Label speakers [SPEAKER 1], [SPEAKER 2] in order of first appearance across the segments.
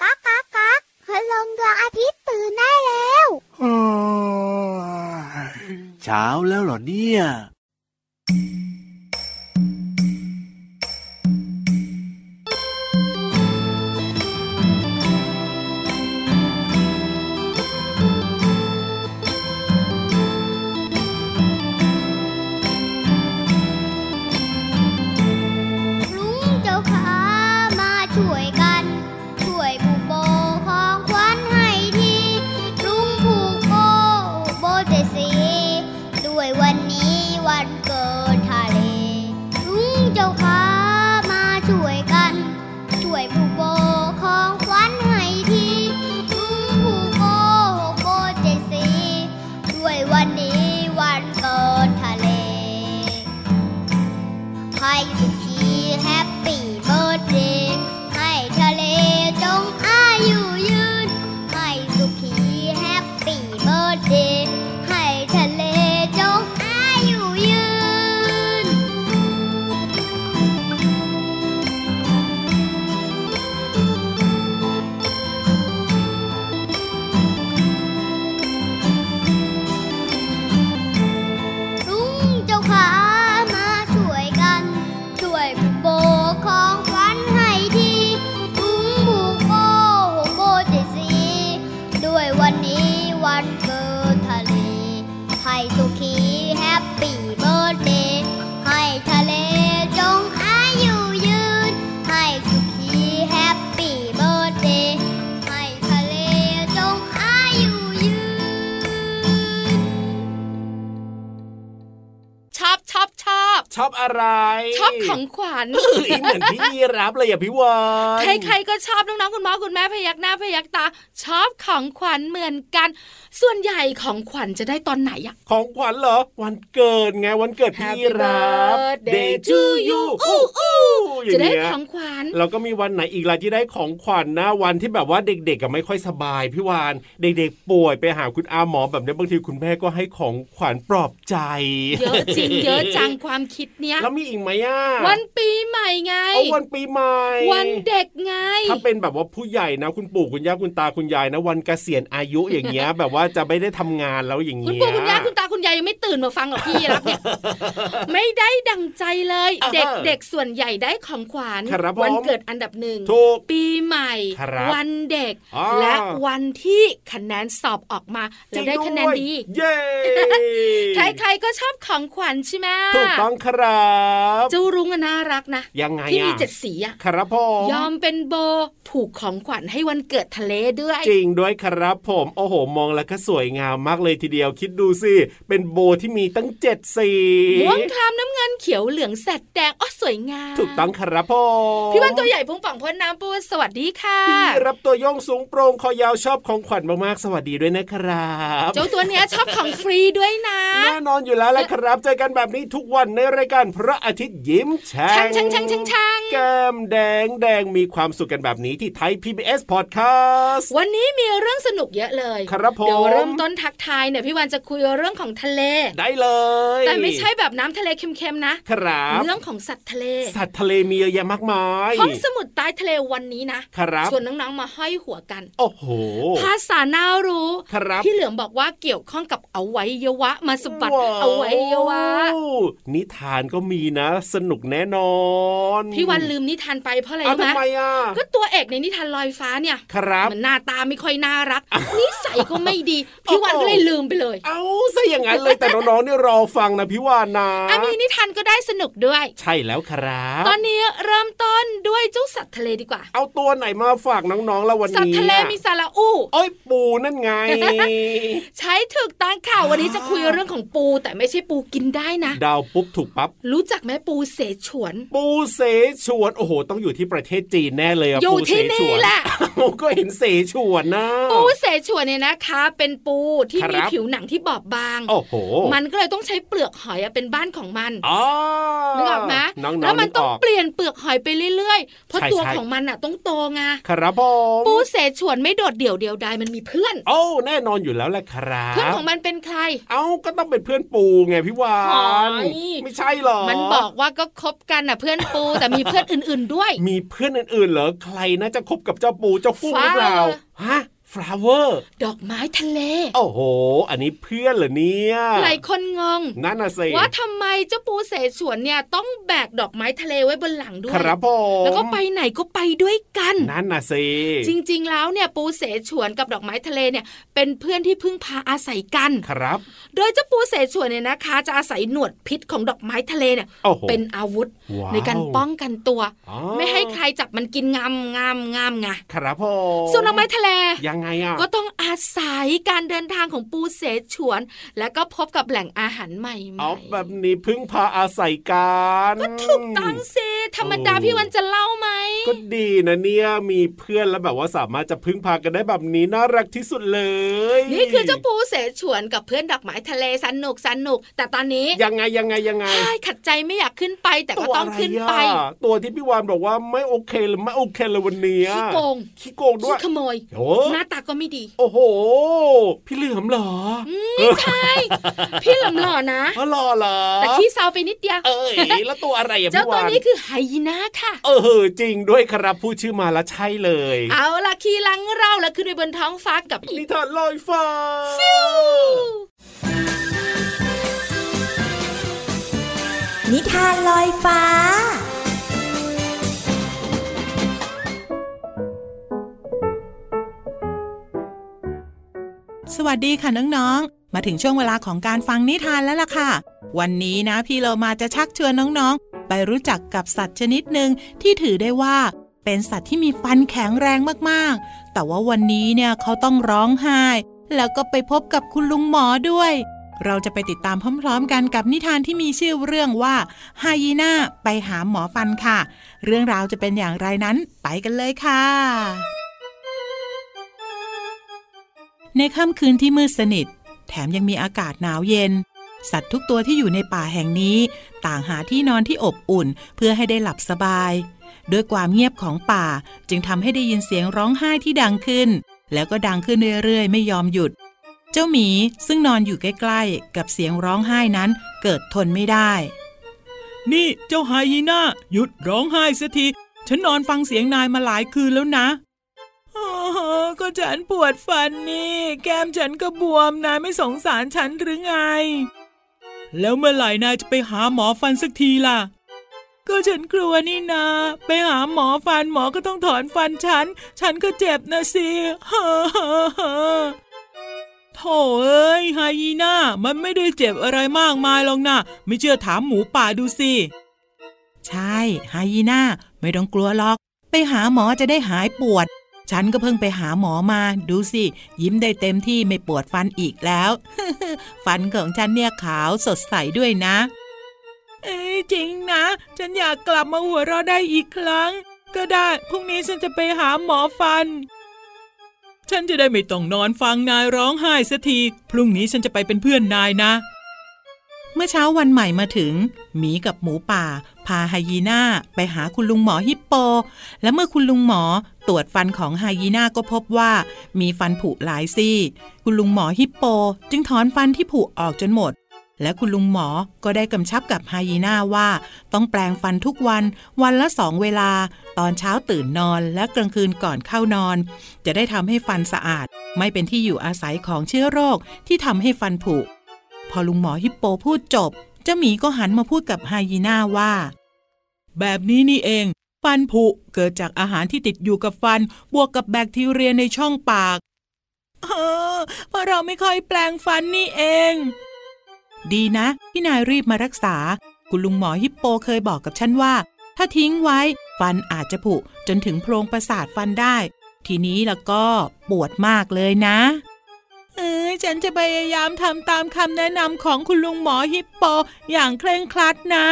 [SPEAKER 1] ก๊ากก๊ากก๊ากพลงดวงอาทิตย์ตื่นได้แล้ว
[SPEAKER 2] เช้าแล้วเหรอเนี่ย
[SPEAKER 1] ลุงเจ้าขามาช่วยกัน ช่วยผูกโบของขวัญให้ที ลุงผูกโบโบเจดสีด้วยวันนี้วันเกิดทะเล ลุงเจ้าขามาช่วยกัน ช่วยผูกโบของขวัญให้ที ลุงผูกโบโบเจดสีด้วยวันนี้วันเกิดทะเล ให้สุขีแฮปปี้เบิร์ดเดย์ให้ทะเลจงอายุยืน ให้สุขีแฮปปี้เบิร์ดเดย์ให้ทะเลจงอายุยืน ลุงเจ้าขามาช่วยกัน ช่วยผูกโบของขวัญให้ทีลุงผูกโบโบเจดสีด้วยวันนี้วันเกิดทะเล ให้สุขีแฮปปี้เบิร์ดเดย์ให้ทะเลจงอายุยืน ให้สุขีแฮปปี้เบิร์ดเดย์ให้ทะเลจงอายุยืน
[SPEAKER 3] ชอบชอบชอบ
[SPEAKER 4] ชอบอะไร
[SPEAKER 3] ชอบของขวัญ
[SPEAKER 4] เอ้ยเหมือนพี่ยีรับเลยอ่ะพี่วาน
[SPEAKER 3] ใครๆก็ชอบน้องๆคุณพ่อคุณแม่พยักหน้าพยักตา ชอบของขวัญเหมือนกัน ส่วนใหญ่ของขวัญจะได้ตอนไหนอะ
[SPEAKER 4] ของขวัญเหรอ วันเกิดไงวันเกิดพี่
[SPEAKER 3] Happy
[SPEAKER 4] ยีรับ
[SPEAKER 3] birthday
[SPEAKER 4] Day
[SPEAKER 3] to
[SPEAKER 4] to
[SPEAKER 3] you
[SPEAKER 4] you
[SPEAKER 3] อู้อู้
[SPEAKER 4] อย่า
[SPEAKER 3] จะ
[SPEAKER 4] ง
[SPEAKER 3] ได้
[SPEAKER 4] เงี้ย
[SPEAKER 3] ของขวัญ
[SPEAKER 4] เราก็มีวันไหนอีกล่ะที่ได้ของขวัญนะ วันที่แบบว่าเด็กๆก็ไม่ค่อยสบายพี่วาน เด็กๆป่วยไปหาคุณอาหมอแบบเนี้ยบางทีคุณแม่ก็ให้ของขวัญปลอบใจ
[SPEAKER 3] เยอะจริง เยอะจังความคิดเนี้ย
[SPEAKER 4] แล้วมีอีกไหมอ่ะ
[SPEAKER 3] วันปีใหม่ไง
[SPEAKER 4] เอาวันปีใหม่
[SPEAKER 3] วันเด็กไง
[SPEAKER 4] ถ้าเป็นแบบว่าผู้ใหญ่นะ คุณปู่คุณย่าคุณตาคุณยายนะ วันเกษียณอายุอย่างเงี้ย แบบว่าจะไม่ได้ทำงานแล้วอย่าง
[SPEAKER 3] คุณ
[SPEAKER 4] เงี้ย
[SPEAKER 3] ปู่คุณย่าคุณตาคุณยายยังไม่ตื่นมาฟังหรอกพี่ รับเนี่ย ไม่ได้ดังใจเลย
[SPEAKER 4] อ่าฮะ
[SPEAKER 3] เด็กเด็กส่วนใหญ่ได้ของขวัญ
[SPEAKER 4] ครับผม
[SPEAKER 3] วันเกิดอันดับหนึ่ง
[SPEAKER 4] ถูก
[SPEAKER 3] ปีใหม่
[SPEAKER 4] ครับ
[SPEAKER 3] วันเด็ก
[SPEAKER 4] อ่า
[SPEAKER 3] และวันที่คะแนนสอบออกมาแล้วได้คะแนนดี
[SPEAKER 4] เย้
[SPEAKER 3] ใครๆก็ชอบของขวัญใช่ไหม
[SPEAKER 4] ถูกต้องครับ
[SPEAKER 3] เจ้ารุ้งอะน่ารักนะ
[SPEAKER 4] ยังไง
[SPEAKER 3] ที่มี
[SPEAKER 4] อ่ะ
[SPEAKER 3] เจ็ดสีอะ
[SPEAKER 4] ครับผม
[SPEAKER 3] ยอมเป็นโบผูกของขวัญให้วันเกิดทะเลด้วย
[SPEAKER 4] จริงด้วยครับผมโอ้โหมองแล้วก็สวยงามมากเลยทีเดียวคิดดูสิเป็นโบที่มีตั้งเจ็ดสี
[SPEAKER 3] ม่วงครามน้ำเงินเขียวเหลืองแสดแดงอ๋อสวยงาม
[SPEAKER 4] ถูกต้องครับผม
[SPEAKER 3] พี่วันตัวใหญ่พุงป่องพ้นน้ำปูสวัสดีค่ะ
[SPEAKER 4] พี่รับตัวโย่องสูงโปร่งคอยาวชอบของขวัญมากๆสวัสดีด้วยนะครับ
[SPEAKER 3] เจ้าตัวเนี้ยชอบของฟรีด้วยนะ
[SPEAKER 4] แน่นอนอยู่แล้วแหละครับ เจอกันแบบนี้ทุกวันในรายการพระอาทิตย์ยิ้มแฉ่
[SPEAKER 3] แฉ่งแฉ่งแฉ่งแฉ่ง
[SPEAKER 4] แก้มแดงแดงมีความสุขกันแบบนี้ที่ไทย PBS Podcast
[SPEAKER 3] วันนี้มีเรื่องสนุกเยอะเลย
[SPEAKER 4] ครับผม
[SPEAKER 3] เดี๋ยวเริ่มต้นทักทายเนี่ยพี่วันจะคุยเรื่องของทะเล
[SPEAKER 4] ได้เลย
[SPEAKER 3] แต่ไม่ใช่แบบน้ำทะเลเค็มๆนะ
[SPEAKER 4] ครับ
[SPEAKER 3] เรื่องของสัตว์ทะเล
[SPEAKER 4] สัตว์ทะเลมีเยอะแยะมากมาย
[SPEAKER 3] ห้องสมุดใต้ทะเลวันนี้นะครับ ชวนน้องๆมาห้อยหัวกัน
[SPEAKER 4] โอ้โห
[SPEAKER 3] ภาษาน่ารู้
[SPEAKER 4] ครับ
[SPEAKER 3] พี่เหลือมบอกว่าเกี่ยวข้องกับอวัยวะมาสมบัติ
[SPEAKER 4] ว้
[SPEAKER 3] อวัยวะ
[SPEAKER 4] นิทานก็มีนะ สนุกแน่นอน
[SPEAKER 3] พี่วันลืมนิทานไปเพราะอะไร
[SPEAKER 4] เอา
[SPEAKER 3] รู้
[SPEAKER 4] ทำ
[SPEAKER 3] ไห
[SPEAKER 4] ไม
[SPEAKER 3] ม
[SPEAKER 4] อ่ะ
[SPEAKER 3] ก็ตัวเอกในนิทานลอยฟ้าเนี่ย
[SPEAKER 4] ครับ
[SPEAKER 3] มันหน้าตาไม่ค่อยน่า รัก นิสัยก็ไม่ดี พี่วันก็เลยลืมไปเลย
[SPEAKER 4] เอาซะอย่างนั้นเลยแต่น้องๆเนี่ยรอฟังนะพี่วานนะ
[SPEAKER 3] อันนี้นิทานก็ได้สนุกด้วย
[SPEAKER 4] ใช่แล้วครับ
[SPEAKER 3] ตอนนี้เริ่มต้นด้วยเจ้าสัตว์ทะเลดีกว่า
[SPEAKER 4] เอาตัวไหนมาฝากน้องๆแล้ววันนี้
[SPEAKER 3] สัตว์ทะเลมีสาระอู้
[SPEAKER 4] โอ้ยปูนั่น ไง
[SPEAKER 3] ใช้ถึกตั้งข่าววันนี้จะคุยเรื่องของปู แต่ไม่ใช่ปูกินได้นะ
[SPEAKER 4] ดาวปุ๊บถูกปั๊บ
[SPEAKER 3] รู้จักไหมปูเสฉวน
[SPEAKER 4] ปูเสฉวน โอ้โห ต้องอยู่ที่ประเทศจีนแน่เลยอะ
[SPEAKER 3] อยู่
[SPEAKER 4] ปูเส
[SPEAKER 3] ที่
[SPEAKER 4] ฉ
[SPEAKER 3] นี่
[SPEAKER 4] วน
[SPEAKER 3] แหละ
[SPEAKER 4] โอ้ก็เห็นเสฉวนนะ
[SPEAKER 3] ปูเสฉวนเนี่ยนะคะ เป็นปูที่มี
[SPEAKER 4] ครับ
[SPEAKER 3] ผิวหนังที่บอบบาง
[SPEAKER 4] โอ้โห
[SPEAKER 3] มันก็เลยต้องใช้เปลือกหอยอะเป็นบ้านของมัน
[SPEAKER 4] อ๋อ
[SPEAKER 3] นึกออกไหม
[SPEAKER 4] น้องๆ
[SPEAKER 3] แล้วมัน
[SPEAKER 4] ก
[SPEAKER 3] ต้อง
[SPEAKER 4] ก
[SPEAKER 3] เปลี่ยนเปลือกหอยไปเรื่อย เพราะ
[SPEAKER 4] ใช่
[SPEAKER 3] ตัว
[SPEAKER 4] ใช่
[SPEAKER 3] ของมันน่ะต้องโตไง
[SPEAKER 4] ครับผม
[SPEAKER 3] ปูเสฉวนไม่โดดเดี่ยวเดียวดายมันมีเพื่อน
[SPEAKER 4] โอ้าแน่นอนอยู่แล้วแหละครั
[SPEAKER 3] เพื่อน
[SPEAKER 4] บ
[SPEAKER 3] ของมันเป็นใคร
[SPEAKER 4] เอ้าก็ต้องเป็นเพื่อนปูไงพี่วาน
[SPEAKER 3] หอย
[SPEAKER 4] ไม่ใช่หรอ
[SPEAKER 3] มันบอกว่าก็คบกันน่ะเพื่อนปู แต่มีเพื่อนอื่น ๆด้วย
[SPEAKER 4] มีเพื่อนอื่นๆเหรอใครน่าจะคบกับเจ้าปูเจ้ากุ้งหรือเปล่า
[SPEAKER 3] ฟ้า
[SPEAKER 4] ฮะฟลาเวอร์
[SPEAKER 3] ดอกไม้ทะเล
[SPEAKER 4] โอ้โห อันนี้เพื่อนเหรอเนี่ย
[SPEAKER 3] หลายคนงง
[SPEAKER 4] นั่นน่ะสิ
[SPEAKER 3] ว่าทำไมเจ้าปูเสฉวนเนี่ยต้องแบกดอกไม้ทะเลไว้บนหลังด้ว
[SPEAKER 4] ค
[SPEAKER 3] ย
[SPEAKER 4] รับผม
[SPEAKER 3] แล้วก็ไปไหนก็ไปด้วยกัน
[SPEAKER 4] นั่นน่ะสิ
[SPEAKER 3] จริงๆ แล้วเนี่ยปูเสฉวนกับดอกไม้ทะเลเนี่ยเป็นเพื่อนที่พึ่งพาอาศัยกัน
[SPEAKER 4] ครับ
[SPEAKER 3] โดยเจ้าปูเสฉวนเนี่ยนะคะ จะอาศัยหนวดพิษของดอกไม้ทะเลเนี่ย
[SPEAKER 4] โอ้โห
[SPEAKER 3] เป็นอาวุธ
[SPEAKER 4] ว้าว
[SPEAKER 3] ในการป้องกันตัว
[SPEAKER 4] อ๋อ
[SPEAKER 3] ไม่ให้ใครจับมันกินงามงามงามไง
[SPEAKER 4] ครับผม
[SPEAKER 3] ส่วนดอกไม้ทะเล
[SPEAKER 4] ยังไงอ่ะ
[SPEAKER 3] ก็ต้องอาศัยการเดินทางของปูเสฉวน แล้วก็พบกับแหล่งอาหารใหม่ๆ
[SPEAKER 4] เอาแบบนี้พึ่งพาอาศัยกันก็ถูก
[SPEAKER 3] ตั้งสิธรรมดาพี่วันจะเล่าไหม
[SPEAKER 4] ก็ดีนะเนี่ยมีเพื่อนแล้วแบบว่าสามารถจะพึ่งพากันได้แบบนี้น่ารักที่สุดเลย
[SPEAKER 3] นี่คือเจ้าปูเสฉวนกับเพื่อนดอกไม้ทะเลสนุกสนุก แต่ตอนนี้
[SPEAKER 4] ยังไงยังไงยังไง
[SPEAKER 3] ใช่ขัดใจไม่อยากขึ้นไปแต่ก็ต้องขึ้นไป
[SPEAKER 4] ตัวอะรอะตัวที่พี่วานบอกว่าไม่โอเคเลยไม่โอเคเลยวันเนี้ย
[SPEAKER 3] ขี้โกง
[SPEAKER 4] ขี้โกงด้
[SPEAKER 3] ขี้
[SPEAKER 4] วย
[SPEAKER 3] ขโมย
[SPEAKER 4] โอ้
[SPEAKER 3] หน้าตาก็ไม่ดี
[SPEAKER 4] โอ้โห พี่เหลือมเหรอ
[SPEAKER 3] ไม่ใช่ พี่หล่ำหล่อนะ
[SPEAKER 4] เออหล่อเหรอ
[SPEAKER 3] แต่ขี้เซาไปนิดเดียว
[SPEAKER 4] เอ้ยแล้วตัวอะไรอะ
[SPEAKER 3] เจ้าตัว
[SPEAKER 4] พี่า
[SPEAKER 3] วนนี้คือไฮยีน่าค่ะ
[SPEAKER 4] เออจริงด้วยครับพูดชื่อมาแล้วใช่เลย
[SPEAKER 3] เอาล่ะขี่หลังเราแล้วขึ้นไปบนท้องฟ้ากับ
[SPEAKER 4] นิทานลอยฟ้า
[SPEAKER 5] นิทานลอยฟ้า
[SPEAKER 6] สวัสดีค่ะน้องๆ มาถึงช่วงเวลาของการฟังนิทานแล้วล่ะค่ะ วันนี้นะพี่เรามาจะชักชวนน้องๆ ไปรู้จักกับสัตว์ชนิดหนึ่งที่ถือได้ว่า เป็นสัตว์ที่มีฟันแข็งแรงมากๆ แต่ว่าวันนี้เนี่ยเขาต้องร้องไห้ แล้วก็ไปพบกับคุณลุงหมอด้วย เราจะไปติดตามพร้อมๆ กันกับนิทานที่มีชื่อเรื่องว่าไฮยีน่าไปหาหมอฟันค่ะ เรื่องราวจะเป็นอย่างไรนั้นไปกันเลยค่ะ ในค่ำคืนที่มืดสนิท แถมยังมีอากาศหนาวเย็น สัตว์ทุกตัวที่อยู่ในป่าแห่งนี้ ต่างหาที่นอนที่อบอุ่นเพื่อให้ได้หลับสบาย ด้วยความเงียบของป่าจึงทำให้ได้ยินเสียงร้องไห้ที่ดังขึ้น แล้วก็ดังขึ้นเรื่อยๆ ไม่ยอมหยุด เจ้าหมีซึ่งนอนอยู่ใกล้ๆ กับเสียงร้องไห้นั้นเกิดทนไม่ได้ นี่เจ้าไฮยีน่าหยุดร้องไห้สักทีฉันนอนฟังเสียงนายมาหลายคืนแล้วนะ โอ้โหก็ฉันปวดฟันนี่ แก้มฉันก็บวมนายไม่สงสารฉันหรือไง แล้วเมื่อไหร่นายจะไปหาหมอฟันสักทีล่ะ ก็ฉันกลัวนี่นา ไปหาหมอฟันหมอก็ต้องถอนฟันฉัน ฉันก็เจ็บนะสิ เฮ้อเฮ้อเฮ้อโถเอ้ยไฮยีน่ามันไม่ได้เจ็บอะไรมากมายหรอกนะไม่เชื่อถามหมูป่าดูสิ ใช่ไฮยีน่าไม่ต้องกลัวหรอก ไปหาหมอจะได้หายปวด ฉันก็เพิ่งไปหาหมอมา ดูสิ ยิ้มได้เต็มที่ไม่ปวดฟันอีกแล้ว ฟันของฉันเนี่ยขาวสดใสด้วยนะ เอ้ยจริงนะ ฉันอยากกลับมาหัวเราะได้อีกครั้ง ก็ได้ พรุ่งนี้ฉันจะไปหาหมอฟัน ฉันจะได้ไม่ต้องนอนฟังนายร้องไห้สักที พรุ่งนี้ฉันจะไปเป็นเพื่อนนายนะ เมื่อเช้าวันใหม่มาถึง หมีกับหมูป่า พาไฮยีน่าไปหาคุณลุงหมอฮิปโป และเมื่อคุณลุงหมอตรวจฟันของไฮยีน่าก็พบว่ามีฟันผุหลายซี่ คุณลุงหมอฮิปโป จึงถอนฟันที่ผุออกจนหมด และคุณลุงหมอก็ได้กำชับกับไฮยีน่าว่า ต้องแปลงฟันทุกวัน วันละสองเวลา ตอนเช้าตื่นนอนและกลางคืนก่อนเข้านอน จะได้ทำให้ฟันสะอาด ไม่เป็นที่อยู่อาศัยของเชื้อโรคที่ทำให้ฟันผุ พอลุงหมอฮิปโปพูดจบ เจ้าหมีก็หันมาพูดกับไฮยีน่าว่า แบบนี้นี่เอง ฟันผุเกิดจากอาหารที่ติดอยู่กับฟัน บวกกับแบคทีเรียในช่องปาก เออเพราะเราไม่ค่อยแปลงฟันนี่เอง ดีนะ ที่นายรีบมารักษา คุณลุงหมอฮิปโปเคยบอกกับฉันว่า ถ้าทิ้งไว้ ฟันอาจจะผุจนถึงโพรงประสาทฟันได้ ทีนี้แล้วก็ปวดมากเลยนะ เออฉันจะพยายามทำตามคำแนะนำของคุณลุงหมอฮิปโปอย่างเคร่งครัดนะ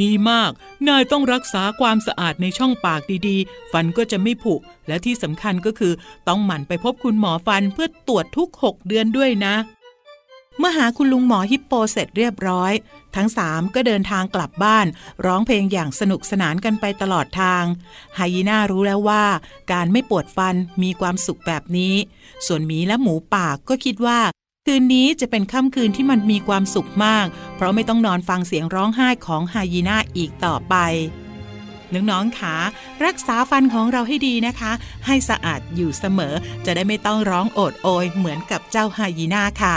[SPEAKER 6] ดีมาก นายต้องรักษาความสะอาดในช่องปากดีๆ ฟันก็จะไม่ผุ และที่สำคัญก็คือ ต้องหมั่นไปพบคุณหมอฟันเพื่อตรวจทุก 6 เดือนด้วยนะ เมื่อหาคุณลุงหมอฮิปโปเสร็จเรียบร้อย ทั้งสามก็เดินทางกลับบ้าน ร้องเพลงอย่างสนุกสนานกันไปตลอดทางไฮยีน่ารู้แล้วว่า การไม่ปวดฟันมีความสุขแบบนี้ ส่วนหมีและหมูป่าก็คิดว่า คืนนี้จะเป็นค่ำคืนที่มันมีความสุขมาก เพราะไม่ต้องนอนฟังเสียงร้องไห้ของไฮยีน่าอีกต่อไป น้องๆค่ะรักษาฟันของเราให้ดีนะคะ ให้สะอาดอยู่เสมอ จะได้ไม่ต้องร้องโอดโอยเหมือนกับเจ้าไฮยีน่าค่ะ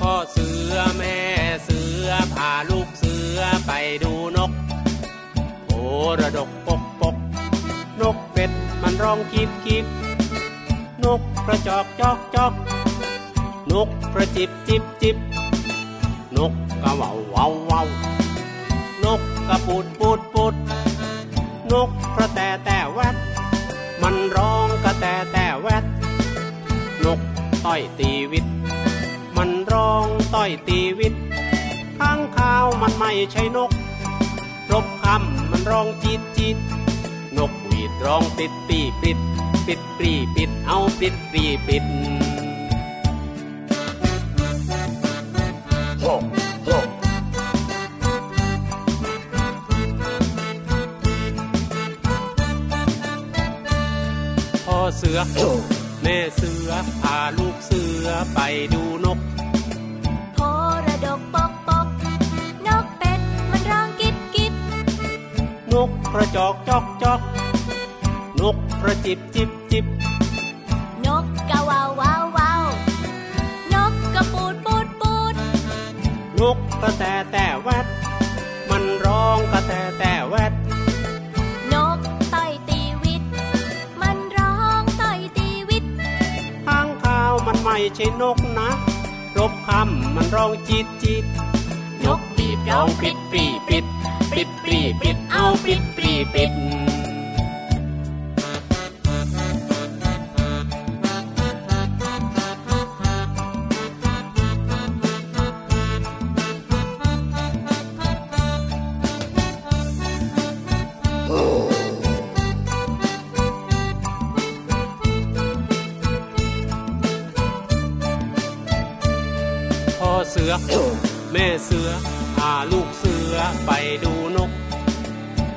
[SPEAKER 7] พ่อเสือแม่เสือพาลูกเสือไปดูนกโอระดกปกปก นกเป็ดมันร้องคิบคิบนกกระจอกจอกจอกนกกระจิบจิบจิบนกกระเหว่าวเว่าวเว่านกกระปูดปูดปูดนกกระแตแต่แวดมันร้องกระแตแต่แวดนกต้อยตีวิต มันร้องต้อยตีวิตข้างข้าวมันไม่ใช่นก รบคำมันร้องจิตจิต นกหวีดร้องปิดปีปิด ปิดปรีปิดเอาปิดปรีปิด พ่อเสือ แม่เสือพาลูกเสือไปดูนก
[SPEAKER 5] โพระดกปกปก นกเป็ดมันร้องกิบกิบ
[SPEAKER 7] นกกระจอกจอกจอกนกกระจิบจิบจิบ
[SPEAKER 5] นกกะว่าววาววาว นกกระปูดปูดปูด
[SPEAKER 7] นกกระแตแต่แวดมันร้องกระแตแต่แวด
[SPEAKER 5] นกต่อยตีวิต มันร้องต่อยตีวิต
[SPEAKER 7] ข้างข้าวมันไม่ใช่นกนะ รบคำมันร้องจิตจิตนกปีบร้องปิดปีปิด ปิดปีปิดเอาปิดปีปิด พ่อเสือ แม่เสือพาลูกเสือไปดูนก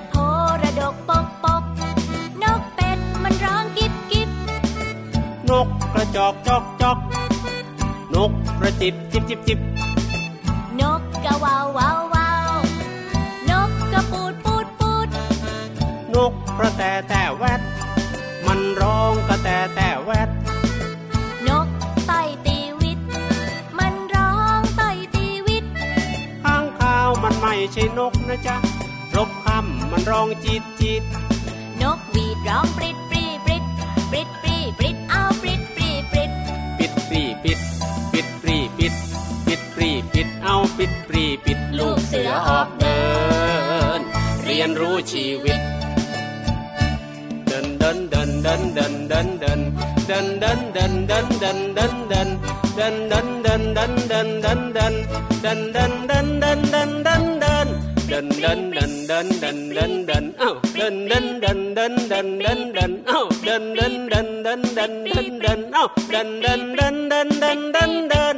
[SPEAKER 5] โพระดกปกปก นกเป็ดมันร้องกิบกิบ
[SPEAKER 7] นกกระจอกจอกจอกนกกระจิบจิบจิบจิบ
[SPEAKER 5] นกกะว่าววาววาว นกกระปูดปูดปูด
[SPEAKER 7] นกกระแตแต่แวดมันร้องกระแตแต่แวด
[SPEAKER 5] นกต่อยตีวิต มันร้องต่อยตีวิต
[SPEAKER 7] ข้างข้าวมันไม่ใช่นกนะจ๊ะ รบคำมันร้องจิตจิต
[SPEAKER 5] นกหวีดร้องปริดปรีปริดปริดปรีปริดเอาปริดปรีปริด
[SPEAKER 7] ปิดปรีปิด ปิดปรีปิด ปิดปรีปิดเอาปิดปรีปิดลูกเสือออกเดิน เรียนรู้ชีวิต เดินเดินเดินเดินเดินเดินเดินเดินเดินเดินเดินเดินเดินเดินเดินเดินเดินเดินเดินเดินเดินเดินเดินเดินเดินเดินเดินเดินเดินเดินเดินเดินเดินเดินเดินเอ้าเดินเดินเดินเดินเดินเดินเดินเอ้าเดินเดินเดินเดินเดินเดินเดินเอ้าเดินเดินเดินเดินเดินเดินเดิน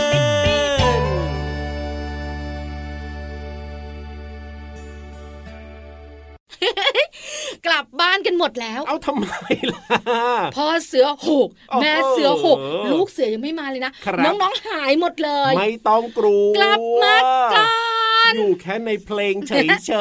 [SPEAKER 3] กลับบ้านกันหมดแล้ว
[SPEAKER 4] เอาทำไมล่ะ
[SPEAKER 3] พ่อเสือหก
[SPEAKER 4] โอ้โห
[SPEAKER 3] แม่เสือหกลูกเสือยังไม่มาเลยนะครับ น้องๆหายหมดเลย
[SPEAKER 4] ไม่ต้องกลัว
[SPEAKER 3] กลับมากัน
[SPEAKER 4] อยู่แค่ในเพลงเฉ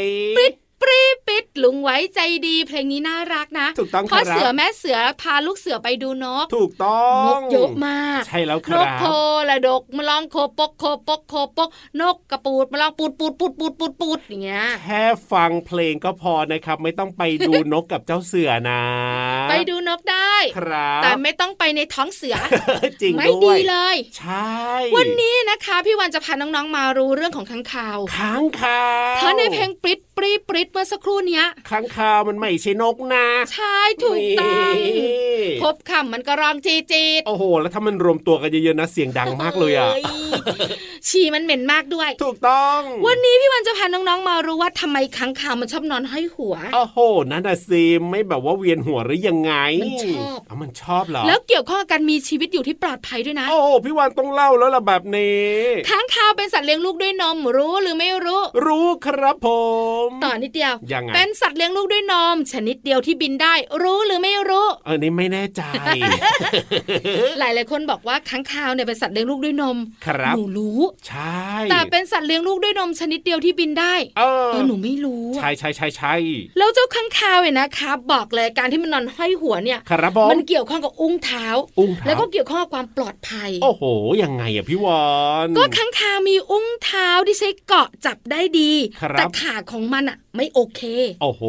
[SPEAKER 4] ย
[SPEAKER 3] ปิดปรีปิดลุงไว้ใจดีเพลงนี้น่ารักนะ
[SPEAKER 4] ถูกต้อง
[SPEAKER 3] พ่อ
[SPEAKER 4] ครับ
[SPEAKER 3] เสือแม่เสือพาลูกเสือไปดูนก
[SPEAKER 4] ๆ ถูกต้อน ง
[SPEAKER 3] กเยอะมาก
[SPEAKER 4] ใช่แล้วคน รั
[SPEAKER 3] ก
[SPEAKER 4] บ
[SPEAKER 3] โคละดกมาลองโคปกโคปกโคปก นกกระปูดมาลองปูดปูดปูดปูดปูดปูดอย่างเงี้ย
[SPEAKER 4] แค่ฟังเพลงก็พอนะครับ ไม่ต้องไปดู นกกับเจ้าเสือนะ
[SPEAKER 3] ไปดูนกได้
[SPEAKER 4] ครับ
[SPEAKER 3] แต่ไม่ต้องไปในท้องเสือ
[SPEAKER 4] จริง
[SPEAKER 3] ไม่
[SPEAKER 4] ด้ว
[SPEAKER 3] ดี
[SPEAKER 4] ย
[SPEAKER 3] เลย
[SPEAKER 4] ใช่
[SPEAKER 3] วันนี้นะคะ พี่วันจะพาน้องๆมารู้เรื่องของข้างคาว
[SPEAKER 4] ค้างคาว
[SPEAKER 3] เพราะในเพลงปริดปรีปริดเมื่อสักครู่เนี้ย
[SPEAKER 4] ค้างคาวมันไม่ใช่นกนะ
[SPEAKER 3] ใช่ถูกต้อง
[SPEAKER 4] นี่
[SPEAKER 3] พบคำมันก็ร้องจีจีด
[SPEAKER 4] โอ้โห แล้วถ้ามันรวมตัวกันเยอะๆนะเสียงดังมากเลยอ่ะ
[SPEAKER 3] ฮ้ฉี่มันเหม็นมากด้วย
[SPEAKER 4] ถูกต้อง
[SPEAKER 3] วันนี้พี่วันจะพาน้องๆมารู้ว่าทำไมค้างคาวมันชอบนอนห้อยหัว
[SPEAKER 4] โอ้โหนั่นน่ะสิไม่แบบว่าเวียนหัวหรือยังไง
[SPEAKER 3] มันชอบ
[SPEAKER 4] เามันชอบเหรอ
[SPEAKER 3] แล้วเกี่ยวข้องกับการมีชีวิตอยู่ที่ปลอดภัยด้วยนะ
[SPEAKER 4] โอ้โหพี่วานต้องเล่าแล้วล่ะแบบนี้
[SPEAKER 3] ค้างคาวเป็นสัตว์เลี้ยงลูกด้วยนมรู้หรือไม่รู้
[SPEAKER 4] รู้ครับผม
[SPEAKER 3] ต่อนิดเดียว
[SPEAKER 4] ยังไง
[SPEAKER 3] เป็นสัตว์เลี้ยงลูกด้วยนม ชนิดเดียวที่บินได้ รู้หรือไม่รู้
[SPEAKER 4] เออนี่ไม่แน่ใจ
[SPEAKER 3] หลายหลายๆคนบอกว่าค้างคาวเนี่ยเป็นสัตว์เลี้ยงลูกด้วยนม
[SPEAKER 4] ครับ
[SPEAKER 3] หนูรู้
[SPEAKER 4] ใช่
[SPEAKER 3] แต่เป็นสัตว์เลี้ยงลูกด้วยนม ชนิดเดียวที่บินได้
[SPEAKER 4] เออ
[SPEAKER 3] เออหนูไม่รู้อะ
[SPEAKER 4] ใช่ใช่ใช่ใช่
[SPEAKER 3] แล้วเจ้าค้างคาวเนี่ยนะคะบอกเลยการที่มันนอนห้อยหัวเนี่ย
[SPEAKER 4] ครับผม
[SPEAKER 3] มันเกี่ยวข้องกับอุ้งเท้า
[SPEAKER 4] อุ้งเท้า
[SPEAKER 3] แล้วก็เกี่ยวข้องกับความปลอดภัย
[SPEAKER 4] โอ้โห ยังไงอะพี่วอน
[SPEAKER 3] ก็ค้างคาวมีอุ้งเท้าที่ใช้เกาะจับได้ดี
[SPEAKER 4] ครับ
[SPEAKER 3] แต่ขาของมันอ่ะ ไม่โอเค
[SPEAKER 4] โอ้โห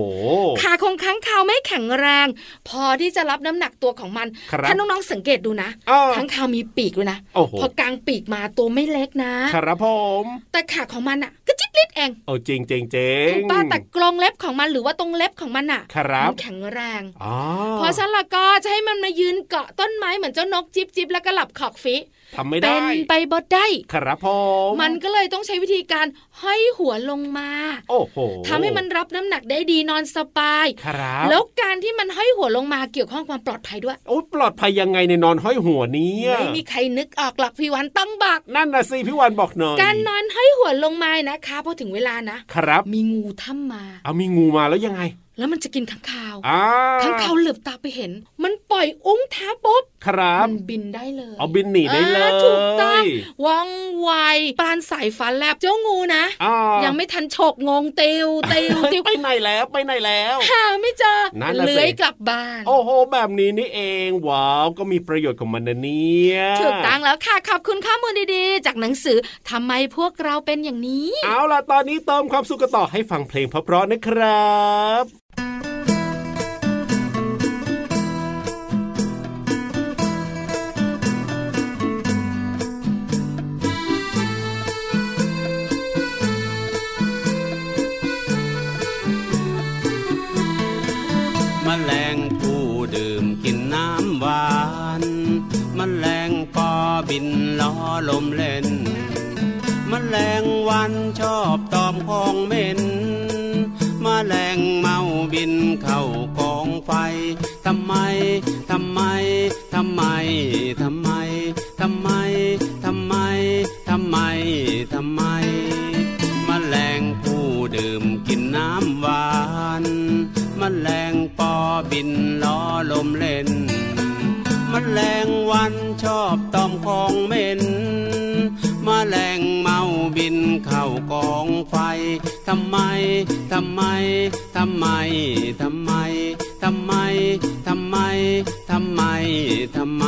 [SPEAKER 3] ขาของค้างคาวไม่แข็งแรง พอที่จะรับน้ำหนักตัวของมัน
[SPEAKER 4] ครับ
[SPEAKER 3] ถ้าน้องๆสังเกตดูนะ
[SPEAKER 4] เออ
[SPEAKER 3] ค้างคาวมีปีกด้วยนะ
[SPEAKER 4] โอ้โห
[SPEAKER 3] พอกลางปีกมาตัวไม่เล็กนะ
[SPEAKER 4] ครับผม
[SPEAKER 3] แต่ขาของมันอ่ะก็จิ๊ดลิดเอง
[SPEAKER 4] โอ้จริงจริงจริง
[SPEAKER 3] ถูกป้าแต่กรงเล็บของมันหรือว่าตรงเล็บของมันอ่ะ
[SPEAKER 4] ครับ
[SPEAKER 3] มันแข็งแรง
[SPEAKER 4] อ๋อ
[SPEAKER 3] เพราะฉะนันแลวก็จะให้มันมายืนเกาะต้นไม้เหมือนเจ้านกจิ๊บจิ๊บแล้วก็หลับขอกฟิ
[SPEAKER 4] ทำไม่
[SPEAKER 3] เป็
[SPEAKER 4] ได้
[SPEAKER 3] นไปบ่ได้
[SPEAKER 4] ครับผม
[SPEAKER 3] มันก็เลยต้องใช้วิธีการห้อยหัวลงมา
[SPEAKER 4] โอ้โห
[SPEAKER 3] ทำให้มันรับน้ำหนักได้ดีนอนสบาย
[SPEAKER 4] ครับ
[SPEAKER 3] แล้วการที่มันห้อยหัวลงมาเกี่ยวข้องกับความปลอดภัยด้วย
[SPEAKER 4] โอ้ปลอดภัยยังไงในนอนห้อยหัวเนี้
[SPEAKER 3] ไม่มีใครนึกออกหรอกพี่วันต้องบอก
[SPEAKER 4] นั่นนะสิพี่วานบอกหน่อย
[SPEAKER 3] การนอนห้อยหัวลงมานะคะพอถึงเวลานะ
[SPEAKER 4] ครับ
[SPEAKER 3] มีงูถ้ำมา
[SPEAKER 4] เอามีงูมาแล้วยังไง
[SPEAKER 3] แล้วมันจะกินข้างคาว
[SPEAKER 4] อ้า
[SPEAKER 3] ข้างคาวเหลือบตาไปเห็น มันปล่อยอุ้งเท้าปุ๊บ
[SPEAKER 4] ครับ
[SPEAKER 3] มันบินได้เลย
[SPEAKER 4] เอาบินหนีได้เลย
[SPEAKER 3] อ่าถูกต้องว่องไวปรานสายฟ้าแลบเจ้างูนะ
[SPEAKER 4] อ้า
[SPEAKER 3] ยังไม่ทันฉกงงเตียวเตียวเตียว
[SPEAKER 4] ไปไหนแล้วไปไหนแล้ว
[SPEAKER 3] หาไม่เจอ
[SPEAKER 4] นั่นน่ะสิ
[SPEAKER 3] เลื้อยกลับบ้าน
[SPEAKER 4] โอ้โห แบบนี้นี่เองว้าวก็มีประโยชน์ของมันนะเนี่ย
[SPEAKER 3] ถูกต้องแล้วค่ะขอบคุณข้อมูลดีๆ จากหนังสือทำไมพวกเราเป็นอย่างนี้
[SPEAKER 4] เอาล่ะ ตอนนี้เติมความสุขกันต่อให้ฟังเพลงเพราะๆนะครับ
[SPEAKER 7] มแมลงผู้ดื่มกินน้ำหวานมแมลงปอบินล้อลมเล่นมแมลงวันชอบตอมของเหม็นมแมลงเมาบินเข้ากองไฟทำไมทำไมทำไมทำไมทำไมทำไมทำไมทำไม มแมลงผู้ดื่มกินน้ำหวาน มแมลงปอบินล้อลมเล่น มแมลงวันชอบตอมของเหม็น มแมลงเมาบินเข้ากองไฟ ทำไม ทำไม ทำไม ทำไม ทำไม ทำไม ทำไม ทำไม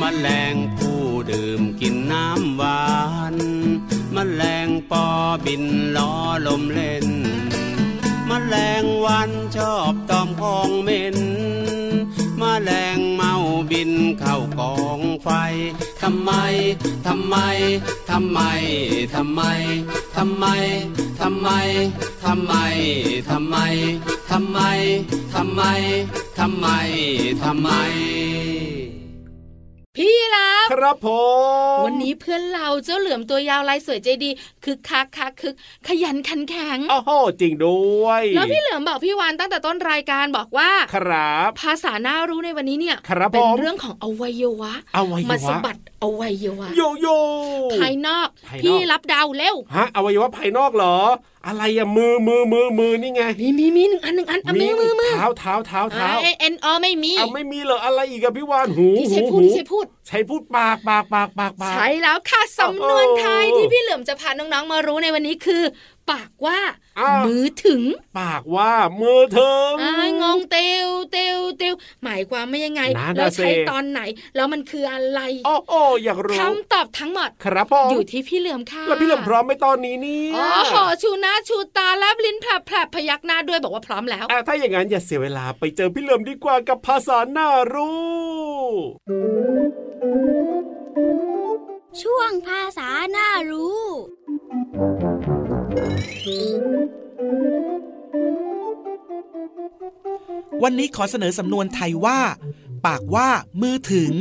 [SPEAKER 7] มแมลงผู้ดื่มกินน้ำหวานมแมลงปอบินล้อลมเล่นมแมลงวันชอบตอมของเหม็นมแมลงเมาบินเข้ากองไฟทำไมทำไมทำไมทำไมทำไมทำไมทำไมทำไมทำไมทำไมทำไมทำไม
[SPEAKER 3] พ พี่รับ
[SPEAKER 4] ครับผม
[SPEAKER 3] วันนี้เพื่อนเราเจ้าเหลือมตัวยาวลายสวยใจดีคึกคักคักคึก ขยันขันแข็ง
[SPEAKER 4] โอ้โหจริงด้วย
[SPEAKER 3] แล้วพี่เหลือมบอกพี่วานตั้งแต่ต้นรายการบอกว่า
[SPEAKER 4] ครับ
[SPEAKER 3] ภาษาหน้ารู้ในวันนี้เนี่ย
[SPEAKER 4] ครับ
[SPEAKER 3] เป็น
[SPEAKER 4] ผม
[SPEAKER 3] เรื่องของอวัยวะ
[SPEAKER 4] อวัยวะ
[SPEAKER 3] มาสะบัดอวัยวะ
[SPEAKER 4] โยโย่
[SPEAKER 3] ภายนอก
[SPEAKER 4] ภายนอก
[SPEAKER 3] พี่รับเดาวเร็ว
[SPEAKER 4] ฮะอวัยวะภายนอกเหรอ อะไรอะมือมือมือมือนี่ไง
[SPEAKER 3] มีมีมีหนึ่งอันหนึ่งอันอ่ะมือมือมือ
[SPEAKER 4] เท้าเท้าเท้าเท้า
[SPEAKER 3] ไอเอ็นอไม่มี
[SPEAKER 4] เอาไม่มีเหรออะไรอีกอะพี่วานหู
[SPEAKER 3] ที่
[SPEAKER 4] หู
[SPEAKER 3] ใช้พูด
[SPEAKER 4] หู
[SPEAKER 3] ที่ใช้พูด
[SPEAKER 4] ใช้พูดปากปากปากปากปาก
[SPEAKER 3] ใช่แล้วค่ะสำนวนไทย
[SPEAKER 4] โอ้โห
[SPEAKER 3] ที่พี่เหลือมจะพาน้องๆมารู้ในวันนี้คือ ปากว่า
[SPEAKER 4] อ่า
[SPEAKER 3] มื
[SPEAKER 4] มื
[SPEAKER 3] อถึง
[SPEAKER 4] ปากว่ามือเทิม
[SPEAKER 3] อางงเตวเตวเตวหมายความไม่ายังไง
[SPEAKER 4] นั่นน่ะ
[SPEAKER 3] แล้วใช้
[SPEAKER 4] สิ
[SPEAKER 3] ตอนไหน แล้วมันคืออะไร
[SPEAKER 4] โอ้โออยากรู้
[SPEAKER 3] คำตอบทั้งหมด
[SPEAKER 4] ครับผม
[SPEAKER 3] อยู่ที่พี่เหลือมค่ะ
[SPEAKER 4] แล้วพี่เหลิมพร้อมไหมตอนนี้เนี่ย
[SPEAKER 3] โอ้โหชูหน้าชูตาแลบลิ้นแผลบแผลบพยักหน้าด้วยบอกว่าพร้อมแล้ว
[SPEAKER 4] อ่ะถ้าอย่างนั้นอย่าเสียเวลาไปเจอพี่เหลิมดีกว่ากับภาษาหน้ารู้
[SPEAKER 1] ช่วงภาษาหน้ารู้
[SPEAKER 8] วันนี้ขอเสนอสำนวนไทยว่า ปากว่ามือถึง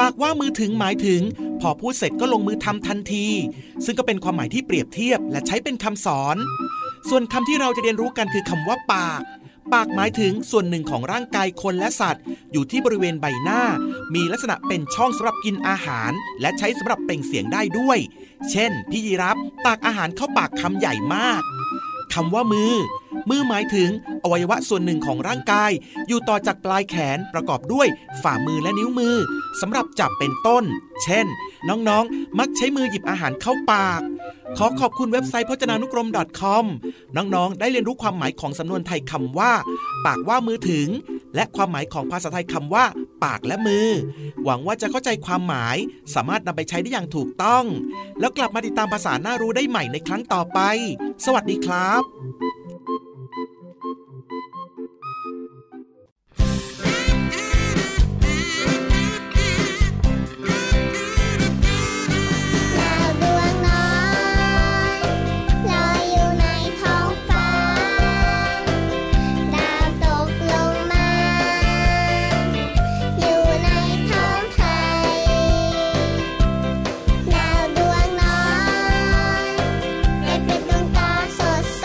[SPEAKER 8] ปากว่ามือถึงหมายถึง พอพูดเสร็จก็ลงมือทำทันที ซึ่งก็เป็นความหมายที่เปรียบเทียบและใช้เป็นคำสอน ส่วนคำที่เราจะเรียนรู้กันคือคำว่าปาก ปากหมายถึงส่วนหนึ่งของร่างกายคนและสัตว์ อยู่ที่บริเวณใบหน้า มีลักษณะเป็นช่องสำหรับกินอาหาร และใช้สำหรับเปล่งเสียงได้ด้วย เช่น พี่ยีรับตักอาหารเข้าปากคำใหญ่มาก คำว่ามือ มือหมายถึงอวัยวะส่วนหนึ่งของร่างกาย อยู่ต่อจากปลายแขนประกอบด้วยฝ่ามือและนิ้วมือสำหรับจับเป็นต้น เช่น น้องๆ มักใช้มือหยิบอาหารเข้าปาก ขอขอบคุณเว็บไซต์พจนานุกรม .com น้องๆ ได้เรียนรู้ความหมายของสำนวนไทยคำว่า ปากว่ามือถึง และความหมายของภาษาไทยคำว่า ปากและมือ หวังว่าจะเข้าใจความหมาย สามารถนำไปใช้ได้อย่างถูกต้อง แล้วกลับมาติดตามภาษาหน้ารู้ได้ใหม่ในครั้งต่อไป สวัสดีครับ
[SPEAKER 1] ดาวดวงน้อยลอยอยู่ในท้องฟ้า ดาวตกลงมา อยู่ในท้องไทยดาวดวงน้อยได้เป็นดวงตาสดใส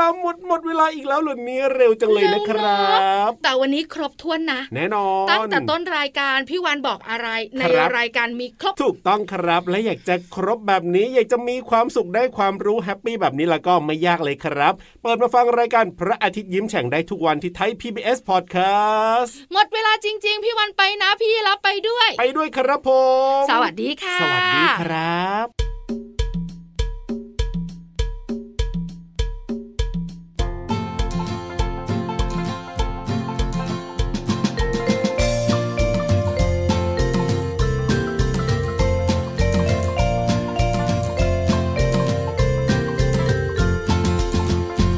[SPEAKER 4] ลาหมดหมดเวลาอีกแล้วเหรอเนี่ยเร็วจังเลยนะครั
[SPEAKER 3] เร็วเน
[SPEAKER 4] บ
[SPEAKER 3] อะแต่วันนี้ครบถ้วนนะ
[SPEAKER 4] แน่นอน
[SPEAKER 3] ตั้งแต่ต้นรายการพี่วันบอกอะไร ใน
[SPEAKER 4] ครับ
[SPEAKER 3] รายการมีครบ
[SPEAKER 4] ถูกต้องครับและอยากจะครบแบบนี้ อยากจะมีความสุขได้ความรู้แฮปปี้แบบนี้แล้วก็ไม่ยากเลยครับ เปิดมาฟังรายการพระอาทิตย์ยิ้มแฉ่งได้ทุกวันที่ไทย PBS Podcast
[SPEAKER 3] หมดเวลาจริง ๆ พี่วันไปนะพี่รับไปด้วย
[SPEAKER 4] ไปด้วยครับผม
[SPEAKER 3] สวัสดีค่ะ
[SPEAKER 4] สวัสดีครับ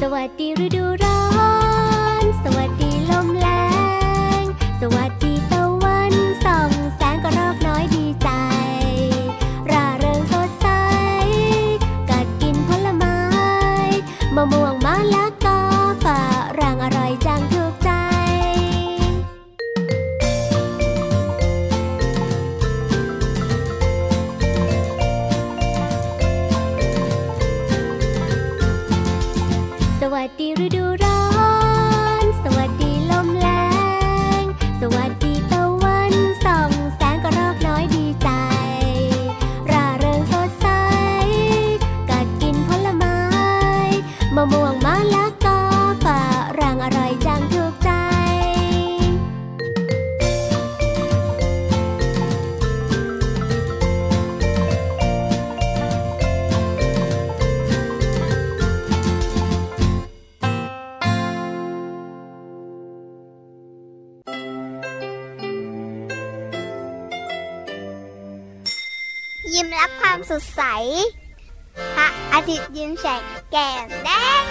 [SPEAKER 5] สวัสดีฤดูร้อน สวัสดีลมแรง สวัสดีตะวันส่องแสงกระรอกน้อยดีใจ ร่าเริงสดใส กัดกินผลไม้มะม่วงมะละกอฝรั่งอร่อยจังถูกใจ สวัสดีฤดูร้อน สวัสดีลมแรง สวัสดีตะวันส่องแสงกระรอกน้อยดีใจ ร่าเริงสดใส กัดกินผลไม้มะม่วงมะละกอฝรั่งอร่อยจังถูกใจ
[SPEAKER 1] ยิ้มรับความสดใส พระอาทิตย์ยิ้มแฉกแก้มแดง